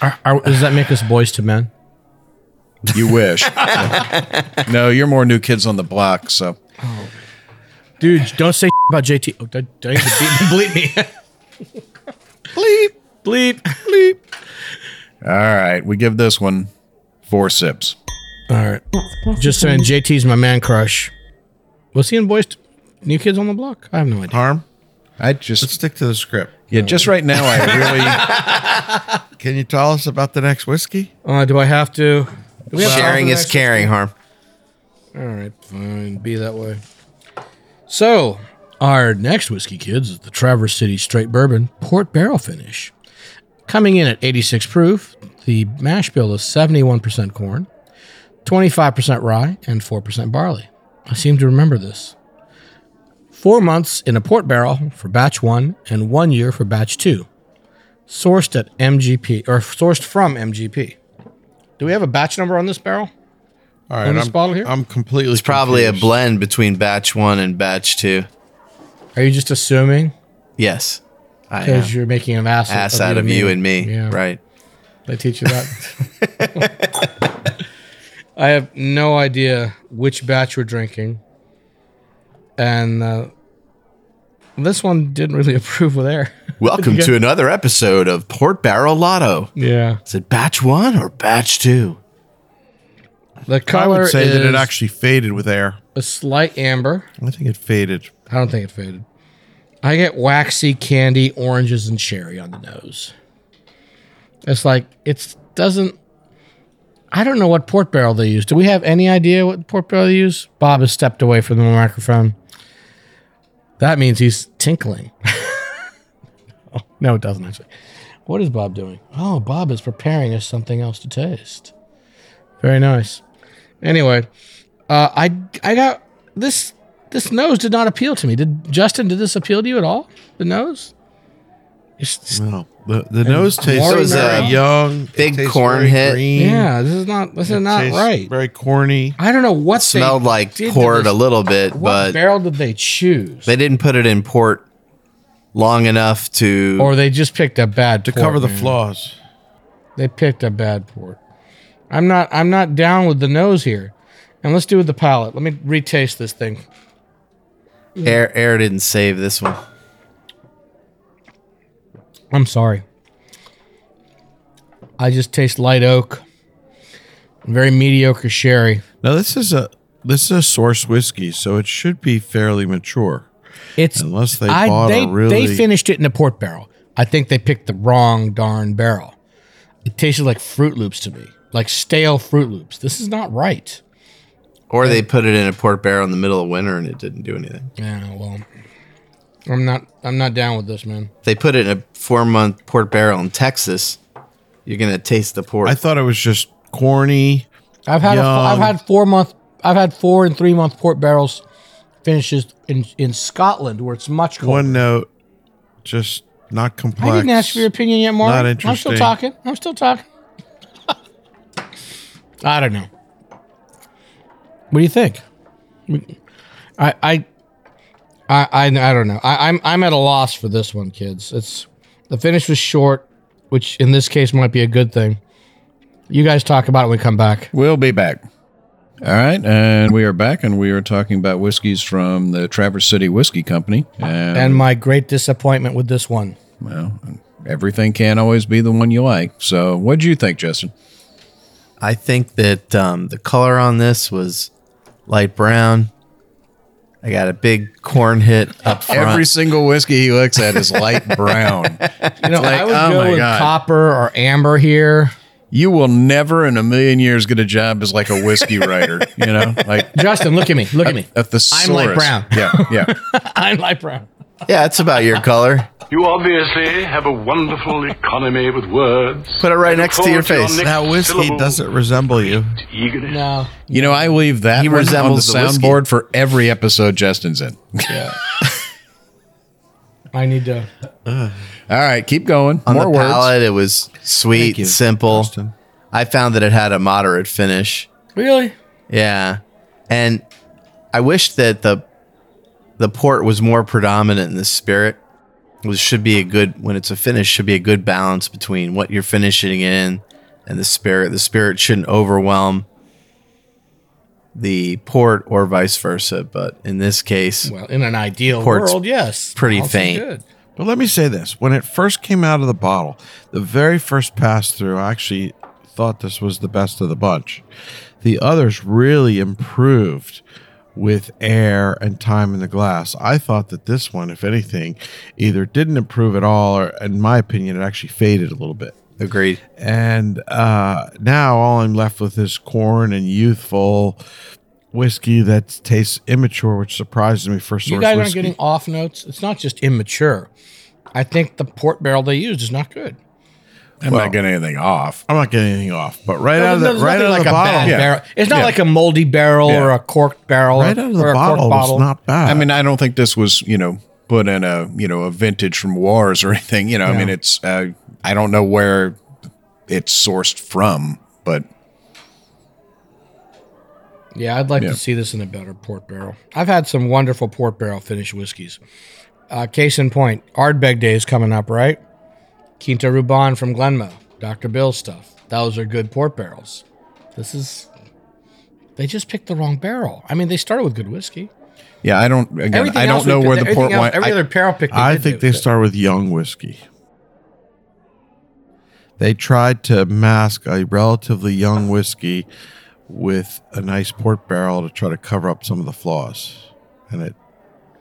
C: Are, are, does that make us boys to men?
B: You
D: (laughs)
B: wish. no, you're more new kids on the block. So
C: Dude, don't say (laughs) about JT. Oh, don't, don't even bleep, (laughs) bleep me. bleep, bleep, bleep.
B: all right, we give this one four sips.
C: All right. Just saying, JT's my man crush. Was he in Boys to, New Kids on the Block? I have no idea.
D: harm.
B: I
D: Let's
B: just
D: stick to the script.
B: yeah, just right now
D: (laughs)
B: I really
D: Can you tell us about the next whiskey?
C: Uh, do I have to? Do we have to
E: Sharing
C: offer
E: is
C: that?
E: caring, Harm.
C: All right, fine. Be that way. So, our next whiskey, kids, is the Traverse City Straight Bourbon Port Barrel Finish. Coming in at 86 proof, the mash bill is 71% corn, 25% rye, and 4% barley. I seem to remember this. Four months in a port barrel for batch one and one year for batch two. Sourced at MGP, or sourced from MGP. Do we have a batch number on this barrel?
D: All right,
C: On this
D: I'm,
C: bottle here?
D: I'm completely.
E: It's probably a
D: confused.
E: blend between batch one and batch two.
C: Are you just assuming?
E: Yes. I am.
C: Because you're making an ass,
E: Ass out of you and me.
C: Yeah.
E: Right.
C: They teach you that. (laughs) I have no idea which batch we're drinking. And uh, this one didn't really (laughs) approve with air.
E: Welcome to another episode of Port Barrel Lotto.
C: Yeah.
E: Is it batch one or batch two?
C: The
D: I
C: color
D: would say
C: is
D: that it actually faded with air.
C: a slight amber.
D: I think it faded.
C: I don't think it faded. I get waxy candy, oranges, and cherry on the nose. It's like it's doesn't. I don't know what port barrel they use. Do we have any idea what port barrel they use? Bob has stepped away from the microphone. That means he's tinkling. (laughs) Oh, no, it doesn't actually. What is Bob doing? Oh, Bob is preparing us something else to taste. Very nice. Anyway, uh, I I got this this nose did not appeal to me. Did Justin? Did this appeal to you at all? The nose. It's- it's-
D: No, the, the nose tastes
E: It was a
D: very young, it
E: big
D: tastes
E: corn
D: very
E: hit.
D: green.
C: yeah, this is not this is
D: It
C: not
D: tastes
C: right.
D: Very corny.
C: I don't know what they
E: Smelled like
C: did to
E: port
C: this.
E: a little bit,
C: What
E: but
C: barrel did they choose?
E: they didn't put it in port long enough to.
C: or they just picked a bad
D: To
C: port,
D: cover the
C: man.
D: flaws.
C: They picked a bad port. I'm not I'm not down with the nose here. And let's do with the palate. Let me retaste this thing.
E: Air air didn't save this one.
C: I'm sorry. I just taste light oak, very mediocre sherry.
D: Now this is a this is a source whiskey, so it should be fairly mature.
C: It's
D: Unless they
C: I-
D: bought
C: they,
D: a really
C: they finished it in a port barrel. I think they picked the wrong darn barrel. It tasted like Fruit Loops to me, like stale Fruit Loops. This is not right.
E: Or they put it in a port barrel in the middle of winter and it didn't do anything.
C: Yeah, well, I'm not. I'm not down with this, man.
E: If they put it in a four month port barrel in Texas, you're gonna taste the port.
D: I thought it was just corny.
C: I've had a, I've
D: Young.
C: had four month. I've had four and three month port barrels finishes in in Scotland where it's much colder.
D: One note, just not complex.
C: I didn't ask for your opinion yet, Mark.
D: Not
C: I'm still
D: interesting.
C: talking. I'm still talking. (laughs) I don't know. What do you think? I I I I, I don't know. I, I'm I'm at a loss for this one, kids. It's the finish was short, which in this case might be a good thing. You guys talk about it when we come back.
B: We'll be back. All right, and we are back, and we are talking about whiskeys from the Traverse City Whiskey Company. And,
C: And my great disappointment with this one.
B: well, everything can't always be the one you like. So, what do you think, Justin?
E: I think that um, the color on this was light brown. I got a big corn hit up front.
B: Every single whiskey he looks at is light (laughs) brown.
C: You know, I would
B: oh
C: go
B: my
C: with
B: God.
C: copper or amber here.
B: You will never in a million years get a job as like a whiskey writer. You know, like
C: Justin, look at me. Look at me.
B: a thesaurus.
C: light brown.
B: Yeah, yeah.
C: I'm light brown.
E: yeah, it's about your color.
K: (laughs) You obviously have a wonderful economy with words.
E: Put it right next to your face.
D: That whiskey doesn't resemble you.
K: Eagerness.
C: No.
B: You know, I leave that
E: He
B: one on the
E: resembles the whiskey.
B: soundboard for every episode Justin's in.
C: I need to.
B: All right, keep going.
E: On
B: More
E: the
B: words.
E: palate, it was sweet,
D: you,
E: simple.
D: Justin.
E: I found that it had a moderate finish.
C: Really?
E: Yeah, and I wish that the the port was more predominant in the spirit. It should be a good when it's a finish. Should be a good balance between what you're finishing in and the spirit. The spirit shouldn't overwhelm um, the port or vice versa. But in this case,
C: Well, in an ideal
E: Port's
C: world, yes.
E: pretty
C: Also
E: faint.
C: good.
D: But let me say this: when it first came out of the bottle, the very first pass through, I actually thought this was the best of the bunch. The others really improved with air and time in the glass. I thought that this one, if anything, either didn't improve at all, or in my opinion, it actually faded a little bit.
E: agreed.
D: And uh, now all I'm left with is corn and youthful whiskey that tastes immature, which surprises me for source
C: You guys aren't
D: whiskey.
C: getting off notes. It's not just immature. I think the port barrel they used is not good.
B: I'm not getting anything off.
D: I'm not getting anything off, but right out of the
C: There's
D: right
C: nothing
D: out of
C: like
D: the
C: a bad
D: bottle,
C: barrel. It's not
B: Yeah.
C: like a moldy barrel
B: Yeah.
C: or a corked barrel
D: right
C: or,
D: out of the
C: or a
D: bottle,
C: corked bottle.
D: was not bad.
B: I mean, I don't think this was, you know, put in a, you know, a vintage from Wars or (laughs) anything. You know, I mean, it's, uh, I don't know where it's sourced from, but
C: yeah, I'd like
B: Yeah.
C: to see this in a better port barrel. I've had some wonderful port barrel finished whiskeys. Uh, case in point, Ardbeg Day is coming up, right? Quinta Ruban from Glenmo, Dr. Bill stuff. Those are good port barrels. This is. They just picked the wrong barrel. I mean, they started with good whiskey.
B: yeah, I don't, again,
C: Everything
B: I don't
C: else we
B: know
C: picked-
B: where the
C: everything
B: port
C: else-
B: wine,
C: Every
B: I-
C: other barrel pick.
D: I
C: did
D: think
C: do
D: they
C: was good.
D: start with young whiskey. They tried to mask a relatively young whiskey with a nice port barrel to try to cover up some of the flaws, and it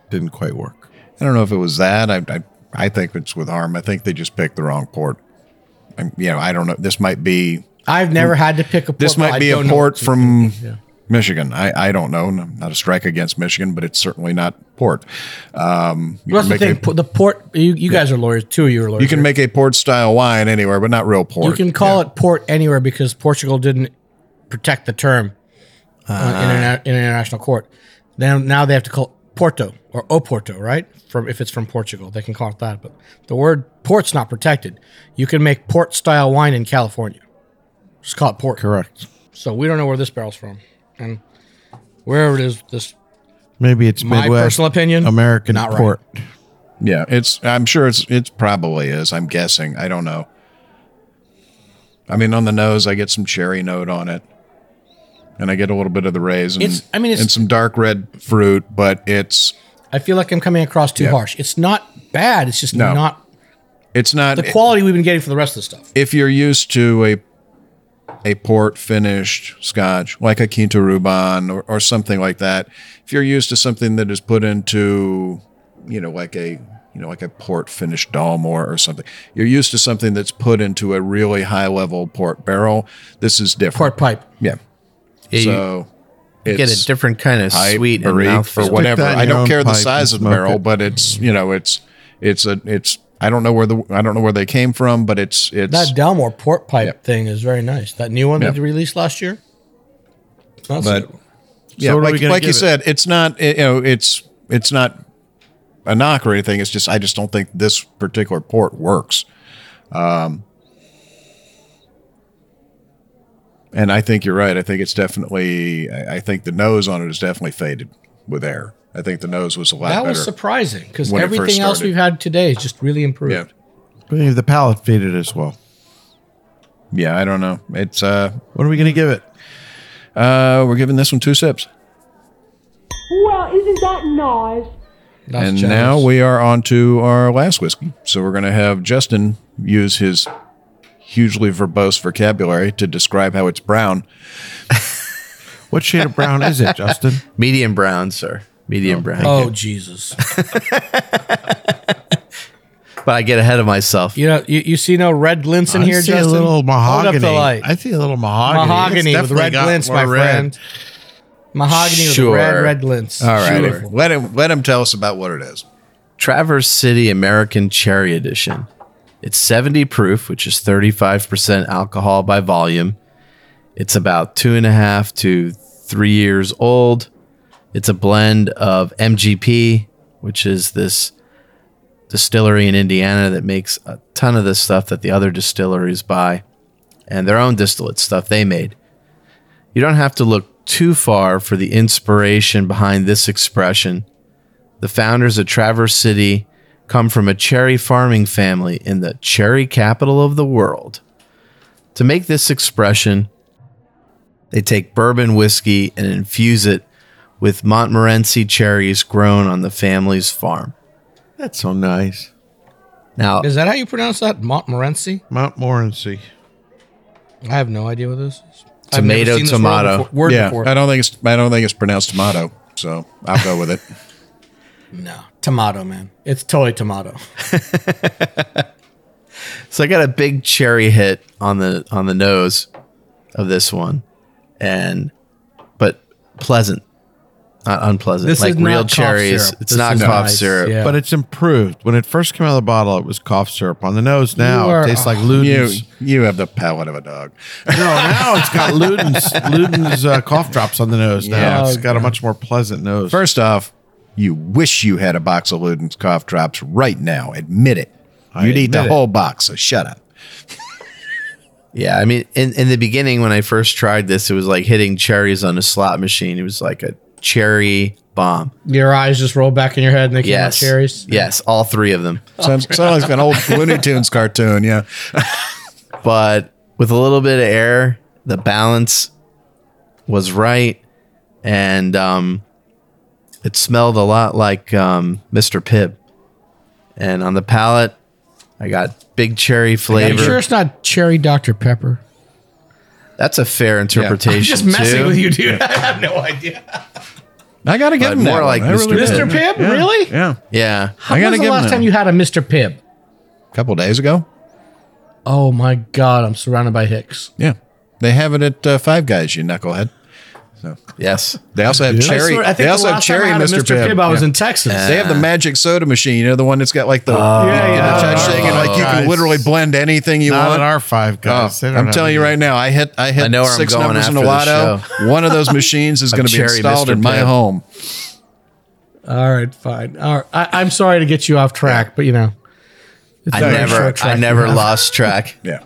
D: didn't quite work.
B: I don't know if it was that. I, I, I think it's with harm. I think they just picked the wrong port. I'm, you know, I don't know. This might be,
C: I've never had to pick a. Port
B: this
C: I
B: might be a
C: don't know
B: port
C: what's-
B: from Michigan. I, I don't know. Not a strike against Michigan, but it's certainly not port. Um, you
C: Well,
B: can
C: that's the
B: make a-
C: thing. po- the port. You, you guys are lawyers. Two of you are lawyers.
B: You can make a port style wine anywhere, but not real port.
C: You can call it port anywhere because Portugal didn't protect the term uh,
B: Uh-huh.
C: interna- in international court. Now, now they have to call it Porto or Oporto, right? From if it's from Portugal, they can call it that. But the word port's not protected. You can make port style wine in California. Just call it port.
D: Correct.
C: So we don't know where this barrel's from, and wherever it is, this
D: Maybe it's
C: My
D: Midwest
C: personal opinion,
D: American
C: not right.
D: port.
B: Yeah, it's. I'm sure it's. It probably is. I'm guessing. I don't know. I mean, on the nose, I get some cherry note on it, and I get a little bit of the raisin.
C: It's- I mean, it's-
B: and some dark red fruit, but it's.
C: I feel like I'm coming across too
B: Yeah.
C: harsh. It's not bad. It's just
B: No.
C: not
B: It's not
C: the quality we've been getting for the rest of the stuff.
B: if you're used to a a port finished scotch like a Quinta Ruban or, or something like that, if you're used to something that is put into, you know, like a you know like a port finished Dalmore or something, you're used to something that's put into a really high level port barrel. This is different.
C: Port pipe.
B: yeah.
E: Yeah, you-
B: so
E: you get a different kind of
B: pipe,
E: sweet and
B: barrique,
E: mouthful.
B: or whatever.
D: that in
B: I
D: your
B: don't
D: own
B: care the
D: pipe
B: size
D: and
B: of the
D: smoke
B: barrel,
D: it.
B: but it's you know it's it's a it's I don't know where the I don't know where they came from, but it's it's
C: That Dalmore port pipe
B: Yep.
C: thing is very nice. That new one
B: Yep.
C: that they released last year. That's
B: But-
C: it.
B: yeah,
D: what are we
B: like,
D: gonna
B: like you
D: give it?
B: said, it's not you know it's it's not a knock or anything. It's just I just don't think this particular port works. Um, and I think you're right. I think it's definitely. I I think the nose on it is definitely faded with air. I think the nose was a lot
C: that
B: better.
C: was surprising because
B: when it first
C: everything else
B: started.
C: we've had today is just really improved.
B: yeah,
D: I believe the palate faded as well.
B: yeah. I don't know. It's uh,
D: What are we going to give it?
B: uh, we're giving this one two sips,
F: Well, isn't that nice?
C: That's
B: and
C: generous.
B: now we are on to our last whiskey. So we're gonna have Justin use his hugely verbose vocabulary to describe how it's brown.
D: What shade of brown is
C: (laughs)
D: it, Justin?
E: Medium brown, sir. Medium brown.
C: Oh Jesus!
E: But I get ahead of myself.
C: You know, you, you see no red glints in
D: I
C: here,
D: see
C: Justin.
D: a little
C: Hold
D: mahogany.
C: up the light.
D: I see a little mahogany.
C: mahogany
D: It's
C: with
D: definitely
C: red
D: got
C: glints,
D: more
C: my
D: red.
C: friend. Mahogany
E: Sure.
C: with red red glints.
B: All right,
C: Beautiful.
B: let him let him tell us about what it is.
E: Traverse City American Cherry Edition. It's 70 proof, which is 35% alcohol by volume. It's about two and a half to three years old. It's a blend of MGP, which is this distillery in Indiana that makes a ton of this stuff that the other distilleries buy, and their own distillate stuff they made. You don't have to look too far for the inspiration behind this expression. The founders of Traverse City come from a cherry farming family in the cherry capital of the world. To make this expression, they take bourbon whiskey and infuse it with Montmorency cherries grown on the family's farm.
D: That's so nice.
E: Now,
C: Is that how you pronounce that? Montmorency?
D: Mount Morency.
C: I have no idea what this is. I've never
E: tomato,
C: seen this word
E: tomato.
C: before- Word
B: yeah,
C: before.
B: I don't think it's I don't think it's pronounced tomato, so I'll go with it.
C: No, tomato, man. It's totally tomato.
E: So I got a big cherry hit on the on the nose of this one, and but pleasant, not unpleasant.
C: This
E: like
C: is
E: real
C: not cough
E: cherries,
C: syrup.
E: it's
C: This
E: not
C: is
E: cough
C: nice,
E: syrup.
C: yeah.
D: But it's improved. When it first came out of the bottle, it was cough syrup. On the nose now,
C: You are-
D: it tastes like
B: You
D: Luden's.
B: you have the palate of a dog.
D: No, now it's got Luden's, Luden's uh, cough drops on the nose now.
C: Yeah.
D: it's got a much more pleasant nose.
B: First off, you wish you had a box of Luden's cough drops right now. Admit it.
D: I
B: you need the
D: admit it.
B: whole box. So shut up.
E: Yeah, I mean, in, in the beginning when I first tried this, it was like hitting cherries on a slot machine. It was like a cherry bomb.
C: Your eyes just roll back in your head and they came out
E: Yes,
C: cherries.
E: Yes, all three of them.
B: Sounds, sounds like an old Looney Tunes cartoon. Yeah.
E: but with a little bit of air, the balance was right, and um, it smelled a lot like um, Mr. Pibb. And on the palate, I got big cherry
C: Are you
E: flavor.
C: sure it's not cherry Dr. Pepper?
E: That's a fair interpretation.
C: Just messing
E: too.
C: with you, dude. (laughs) I have no idea.
B: I gotta give
E: But
B: him that
E: more
B: one.
E: like
B: I
E: Mr. Pibb.
C: Mr. Pibb, really?
B: Yeah,
E: Yeah,
C: How
B: gotta
C: was the
B: give him
C: last
B: that.
C: time you had a Mr. Pibb?
B: a couple days ago.
C: Oh my God, I'm surrounded by Hicks.
B: Yeah, they have it at uh, Five Guys. You knucklehead.
E: yes.
B: They also have
C: I
B: cherry.
C: swear- I think
B: they
C: the
B: also have
C: last time I
B: cherry,
C: had a
B: Mr. Pibb.
C: I was
B: Yeah.
C: in Texas.
B: They have the magic soda machine. You know the one that's got like the
C: yeah,
B: you know,
C: yeah.
B: touch thing, and like you can
D: Guys.
B: literally blend anything you
D: Not
B: want.
D: at our five guys.
B: Oh,
D: They don't
B: I'm
D: have
B: telling you
D: any-
B: right now, I hit I hit
E: I know where I'm
B: six
E: going
B: numbers in a
E: after
B: lotto.
E: this
B: One of those machines is
E: A
B: going to be
E: cherry
B: installed
E: Mr.
B: in my
E: Pibb.
B: home.
C: All right, fine. All right. I, I'm sorry to get you off track, but you know, it's
E: I
C: very
E: never,
C: short track
E: I
C: you
E: never
C: have.
E: lost track.
B: Yeah,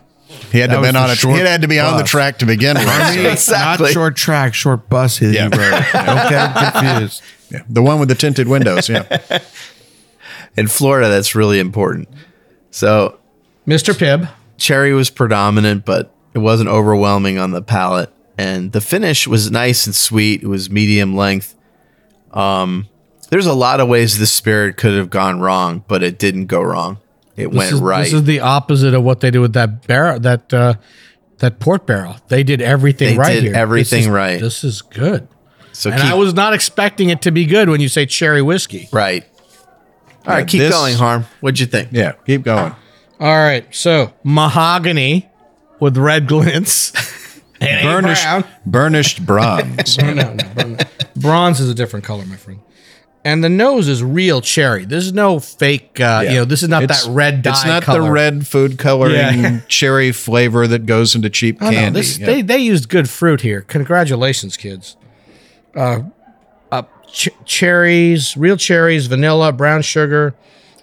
B: he had to
D: was
B: been
D: the
B: on a
D: short
B: he had to be on the
D: bus.
B: track to begin with. (laughs)
D: I mean, (laughs)
B: so-
E: Exactly.
D: Not short track, short bus hitting
B: Yeah.
D: you, bro. Don't get confused.
B: yeah. The one with the tinted windows. Yeah.
E: In Florida, that's really important. So
C: Mr. Pibb.
E: cherry was predominant, but it wasn't overwhelming on the palate. And the finish was nice and sweet. It was medium length. Um, There's a lot of ways this spirit could have gone wrong, but it didn't go wrong. It
C: This
E: went
C: is-
E: right.
C: This is the opposite of what they did with that barrel, that uh, that port barrel. They did everything
E: They
C: right
E: did
C: here. This
E: everything
C: is-
E: right.
C: This is good.
E: so
C: and
E: keep,
C: I was not expecting it to be good when you say cherry whiskey.
E: right. All right,
B: Yeah,
E: keep
B: this-
E: going, Harm. What'd you think?
B: Yeah, keep going.
C: All right, so mahogany with red glints. (laughs) It ain't
B: Burnished,
C: brown.
E: (laughs)
B: burnished bronze.
C: No, no, no, bron- Bronze is a different color, my friend. And the nose is real cherry. There's no fake. Uh,
B: Yeah.
C: You know, this is not
B: It's-
C: that red dye.
B: It's not the
C: color.
B: red food coloring
C: Yeah.
B: (laughs) cherry flavor that goes into cheap
C: Oh, no,
B: candy.
C: this-
B: Yeah.
C: They they used good fruit here. Congratulations, kids. Uh, uh, ch- cherries, real cherries, vanilla, brown sugar,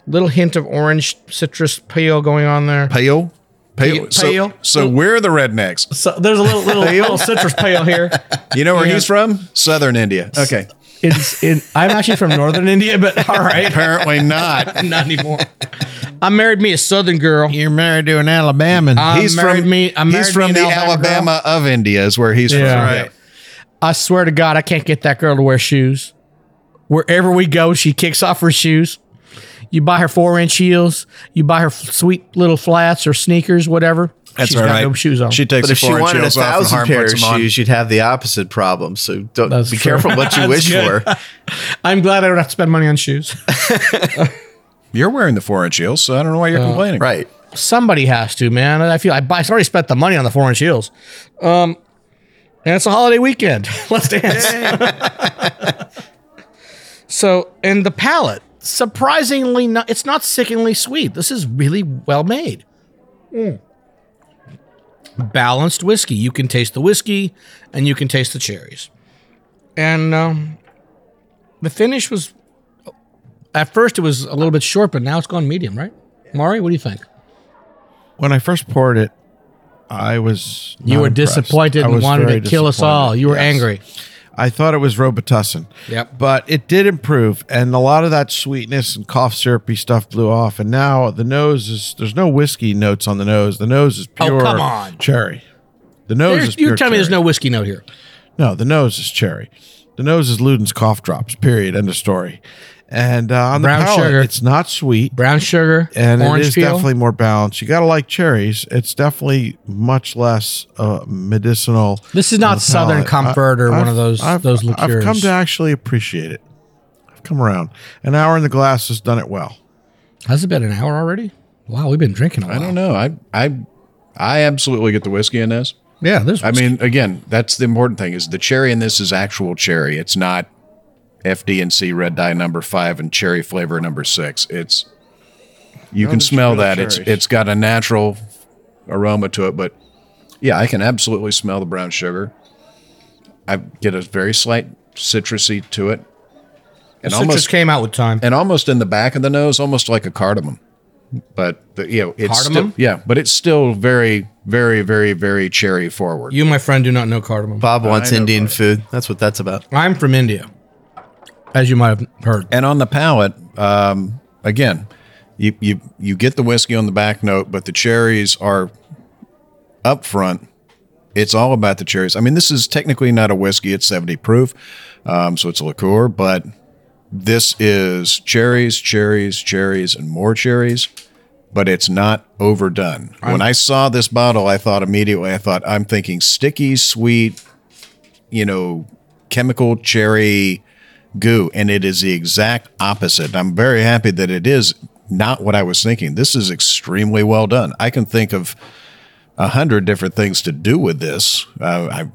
C: little hint of orange citrus peel going on there.
B: pale, pale.
C: Pale-
B: So,
C: pale.
B: so we're the rednecks.
C: (laughs) So there's a little (laughs) little, little citrus peel here.
B: You know where
C: Yeah.
B: he's from? Southern
C: (laughs)
B: India. Okay,
C: It's in, I'm actually from northern India, but all right,
B: apparently not.
C: (laughs) not anymore. I married me a southern girl.
D: You're married to an Alabaman.
C: I
B: He's
C: married
B: from
C: me. I married
B: he's from
C: me an
B: the
C: Alabama girl.
B: Alabama of India is where he's
C: Yeah.
B: from.
C: Right. I swear to God, I can't get that girl to wear shoes. Wherever we go, she kicks off her shoes. You buy her four inch heels. You buy her f- sweet little flats or sneakers, whatever.
B: That's
C: She's
B: all
C: got
B: right.
C: no shoes on.
B: She takes
E: But
B: the
E: if she
B: foreign
E: wanted a
B: chills off and
E: thousand
B: harm
E: pair
B: puts
E: of
B: them on.
E: shoes, you'd have the opposite problem. So don't
C: That's
E: be
C: true.
E: careful what you
C: (laughs) That's
E: wish
C: good.
E: for.
C: I'm glad I don't have to spend money on shoes. (laughs)
B: You're wearing the foreign shields, so I don't know why you're
C: Oh,
B: complaining.
E: Right.
C: Somebody has to, man. I feel I, buy, I already spent the money on the four inch heels. Um, and it's a holiday weekend. (laughs) Let's dance. so, and the palate, surprisingly, not, it's not sickeningly sweet. This is really well made. Balanced whiskey. You can taste the whiskey and you can taste the cherries. And um, the finish was, at first, it was a little bit short, but now it's gone medium, right? Mari, what do you think?
D: When I first poured it, I was
C: You
D: not
C: were
D: impressed.
C: disappointed
D: I
C: and
D: was
C: wanted
D: very
C: to kill us
D: disappointed.
C: all. You were
D: Yes.
C: angry.
D: I thought it was Robitussin.
C: Yep.
D: But it did improve, and a lot of that sweetness and cough syrupy stuff blew off. And now the nose is there's no whiskey notes on the nose. The nose is
C: Oh,
D: pure
C: come on.
D: cherry. The nose
C: There's-
D: is pure
C: you're telling me there's
D: cherry.
C: no whiskey note here.
D: No, the nose is cherry. The nose is Luden's cough drops. Period. End of story. And uh, on
C: Brown
D: the palate,
C: sugar.
D: it's not sweet,
C: Brown sugar,
D: and
C: orange
D: it is
C: peel.
D: definitely more balanced. You gotta like cherries. It's definitely much less uh, medicinal.
C: This is not
D: on the
C: Southern
D: palate.
C: Comfort or one
D: I've-
C: of those-
D: I've,
C: those liqueurs.
D: I've come to actually appreciate it. I've come around. An hour in the glass has done it well.
C: Has it been an hour already? Wow, we've been drinking a while.
B: I don't know. I I I absolutely get the whiskey in this.
C: Yeah, there's.
B: I mean, again, that's the important thing is the cherry in this is actual cherry. It's not FD&C red dye number 5 and cherry flavor number 6. It's you can
D: there's
B: smell
D: real
B: that. It's
D: cherries.
B: it's got a natural aroma to it, but yeah, I can absolutely smell the brown sugar. I get a very slight citrusy to it. And
C: citrus came out with time.
B: and almost in the back of the nose, almost like a cardamom. But the, you know, it's
C: Cardamom?
B: still yeah, but it's still very, very, very, very cherry forward.
C: You, my friend, do not know cardamom.
E: Bob wants Indian food. That's what that's about.
C: I'm from India, as you might have heard.
B: and on the palate, um, again, you you you get the whiskey on the back note, but the cherries are up front. It's all about the cherries. I mean, this is technically not a whiskey; it's seventy proof, um, so it's a liqueur. But this is cherries, cherries, cherries, and more cherries. But it's not overdone. when I saw this bottle, I thought immediately. I thought I'm thinking sticky, sweet, you know, chemical cherry goo, and it is the exact opposite. I'm very happy that it is not what I was thinking. This is extremely well done. I can think of a hundred different things to do with this. Uh,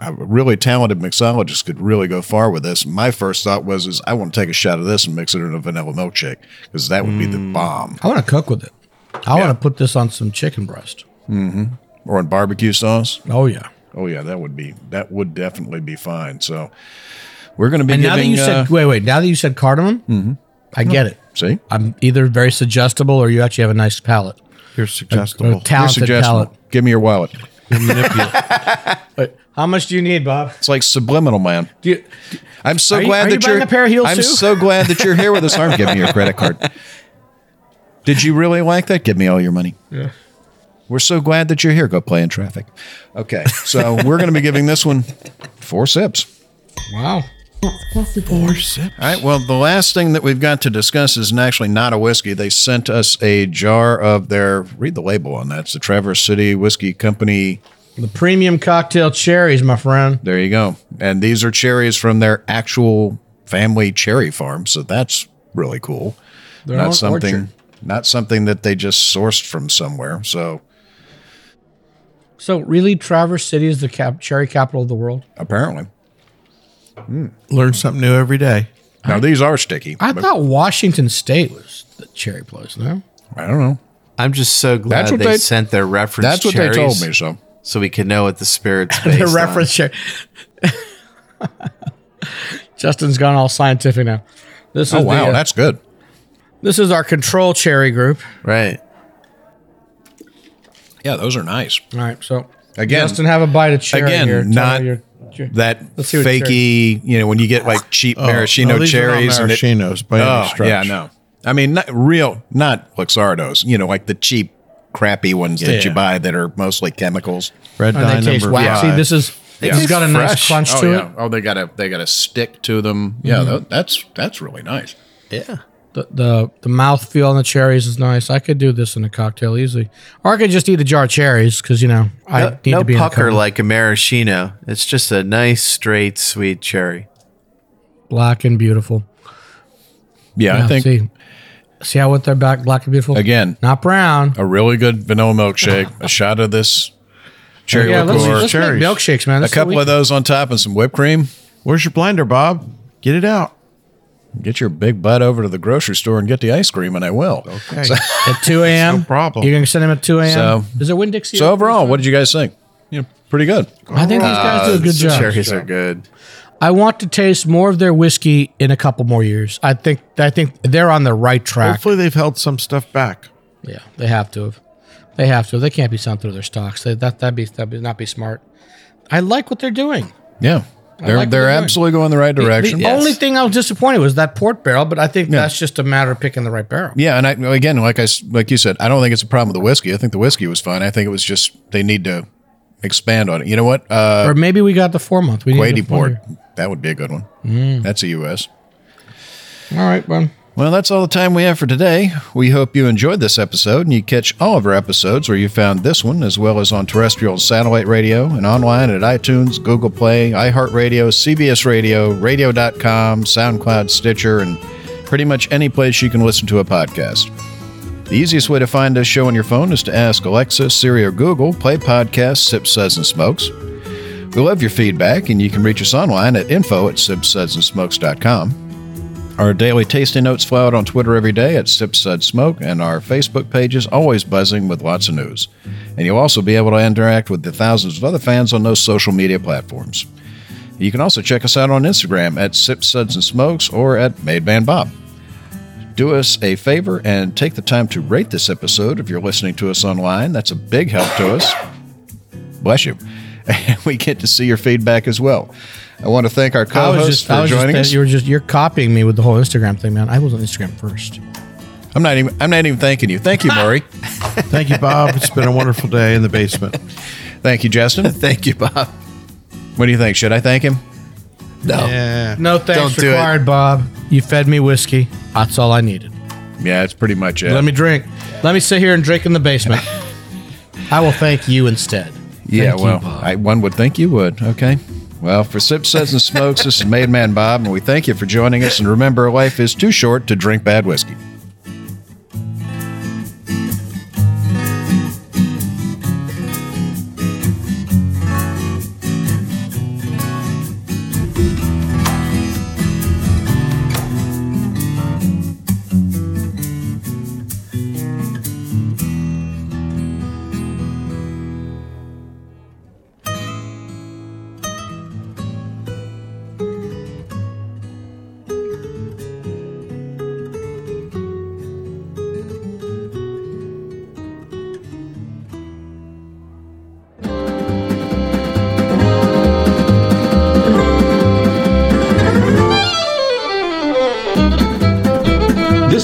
B: I, a really talented mixologist could really go far with this. My first thought was, is I want to take a shot of this and mix it in a vanilla milkshake because that would be
C: Mm.
B: the bomb,
C: I want to cook with it. I want to put this on some chicken breast.
B: or in barbecue sauce.
C: Oh yeah.
B: Oh yeah, that would be that would definitely be fine. So we're going to be
C: And now that
B: giving.
C: you
B: uh,
C: said, wait, wait. Now that you said cardamom,
D: Mm-hmm.
C: I get it.
B: see,
C: I'm either very suggestible or you actually have a nice palate.
D: You're
C: Or
D: suggestible.
B: you're
C: talented palate.
B: suggestible. Give me your wallet.
C: How much do you need, Bob?
B: It's like subliminal, man.
C: Do you,
B: I'm so
C: Are you-
B: glad
C: are you
B: that
C: buying
B: are
C: a pair of heels
B: I'm
C: too?
B: so glad that you're here with
C: (laughs)
B: us. Arm, give me your credit card. Did you really like that? Give me all your money. Yeah. We're so glad that you're here. Go play in traffic. Okay, so we're going to be giving this one four sips.
C: wow.
D: Four sips.
B: All right. Well, the last thing that we've got to discuss is actually not a whiskey. They sent us a jar of their, read the label on that. It's the Traverse City Whiskey Company.
C: The premium cocktail cherries, my friend.
B: There you go. And these are cherries from their actual family cherry farm. So that's really cool.
C: Their own
B: not something,
C: orchard.
B: not something that they just sourced from somewhere. So
C: So, really, Traverse City is the cap- cherry capital of the world?
B: apparently.
D: Learn something new every day.
B: Now, these are sticky.
C: I
B: but-
C: thought Washington State was the cherry place, no?
B: I don't know.
E: I'm just so glad
B: That's what
E: they,
B: they-
E: sent their reference.
B: That's what
E: cherries
B: they told me. So
E: So we could know what
C: (laughs)
E: the spirits.
C: the reference cherry. Justin's gone all scientific now. This is
B: Oh, wow.
C: the, uh,
B: that's good.
C: this is our control cherry group.
E: right?
B: Yeah, those are nice.
C: All right, so
B: Again-
C: Justin, have a bite of cherry.
B: again,
C: here. Tell
B: not
C: me your- your-
B: That
C: Let's see what cherry-
B: fakey, you know, when you get like cheap
D: Oh,
B: maraschino
D: no, these are not
B: cherries. and it-
D: maraschinos by any
B: oh,
D: stretch.
B: yeah, no. I mean, not real, not Luxardos, you know, like the cheap, crappy ones that you
D: Yeah.
B: buy that are mostly chemicals.
D: Red
C: and
D: dye
C: they taste
D: number
C: waxy.
D: five.
C: This is this has got a nice crunch
B: oh,
C: to
B: yeah.
C: it. Mm-hmm.
B: Oh, they got a they got a stick to them. Yeah, tho- that's that's really nice.
E: Yeah.
C: The, the the mouthfeel on the cherries is nice. I could do this in a cocktail easily, or I could just eat a jar of cherries because you know I
E: No,
C: need
E: Uh, no
C: to be
E: pucker
C: in the like
E: like a maraschino. It's just a nice, straight, sweet cherry.
C: black and beautiful.
B: Yeah, I
C: Yeah,
B: think
C: See, see how I went there back black and beautiful
B: again
C: not brown.
B: a really good vanilla milkshake, a shot of this cherry
C: yeah, let's,
B: liqueur,
C: let's make
D: Cherries.
C: milkshakes, man.
B: a
C: This is what
B: couple
C: we-
B: of those on top, and some whipped cream.
D: Where's your blender, Bob? Get it
C: (laughs)
D: out.
B: Get your big butt over to the grocery store and get the ice cream, and I will.
D: Okay.
B: (laughs)
C: at two a.m.
D: no problem.
C: You're gonna send him at two a.m.
B: So-
C: is there Winn Dixie?
B: So overall, what did you guys think? Yeah, pretty good.
C: I think these guys
B: Uh,
C: do a good
E: The
C: job.
E: Cherries are good.
C: I want to taste more of their whiskey in a couple more years. I think I think they're on the right track.
D: Hopefully, they've held some stuff back.
C: Yeah, they have to have. They have to. They can't be selling through their stocks. They, that that'd be that'd be- not be smart. I like what they're doing.
B: Yeah, they're
C: like what
B: they're
C: they're doing.
B: absolutely going the right
C: The-
B: direction.
C: The,
E: Yes.
C: only thing I was disappointed was that port barrel, but I think that's just a matter of picking the right barrel.
B: Yeah, and I well, again, like I s- like you said, I don't think it's a problem with the whiskey. I think the whiskey was fine. I think it was just they need to expand on it. You know what? Uh,
C: Or maybe we got the four month. We need the
B: Quady
C: four
B: port.
C: year.
B: That would be a good one. That's a U.S.
C: All right, well,
B: Well, that's all the time we have for today. We hope you enjoyed this episode and you catch all of our episodes where you found this one, as well as on terrestrial satellite radio and online at iTunes, Google Play, iHeartRadio, CBS Radio, Radio.com, SoundCloud, Stitcher, and pretty much any place you can listen to a podcast. The easiest way to find this show on your phone is to ask Alexa, Siri, or Google, play podcasts, sip, suds, and smokes. We love your feedback, and you can reach us online at info at sipsudsandsmokes.com. Our daily tasting notes fly out on Twitter every day at Sip Sud Smoke, and our Facebook page is always buzzing with lots of news. And you'll also be able to interact with the thousands of other fans on those social media platforms. You can also check us out on Instagram at Sip Suds and Smokes or at Made Man Bob. Do us a favor and take the time to rate this episode if you're listening to us online. That's a big help to us. Bless you. (laughs) And we get to see your feedback as well. I want to thank our
C: I was
B: co-hosts
C: just
B: for
C: I was
B: joining
C: just
B: us.
C: you were just you're copying me with the whole Instagram thing, man. I was on Instagram first.
B: I'm not even. I'm not even thanking you.
C: (laughs)
B: Thank you, Murray.
D: Thank you, Bob. it's been a wonderful day in the basement.
B: Thank you,
C: (laughs)
B: Justin.
E: Thank you, Bob.
B: What do you think? Should I thank him? Oh.
E: No.
D: Yeah.
C: No thanks
E: Don't do it.
C: required, Bob. You fed me whiskey. That's all I needed.
B: Yeah, that's pretty much it.
C: Let me drink. Let me sit here and drink in the basement. (laughs) I will thank you instead.
B: yeah,
C: Thank you,
B: well,
C: Bob.
B: I, one would think you would. Okay. Well, for Sip Says and Smokes, this is Made Man Bob, and we thank you for joining us. And remember, life is too short to drink bad whiskey.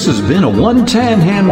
A: has been a one tan hand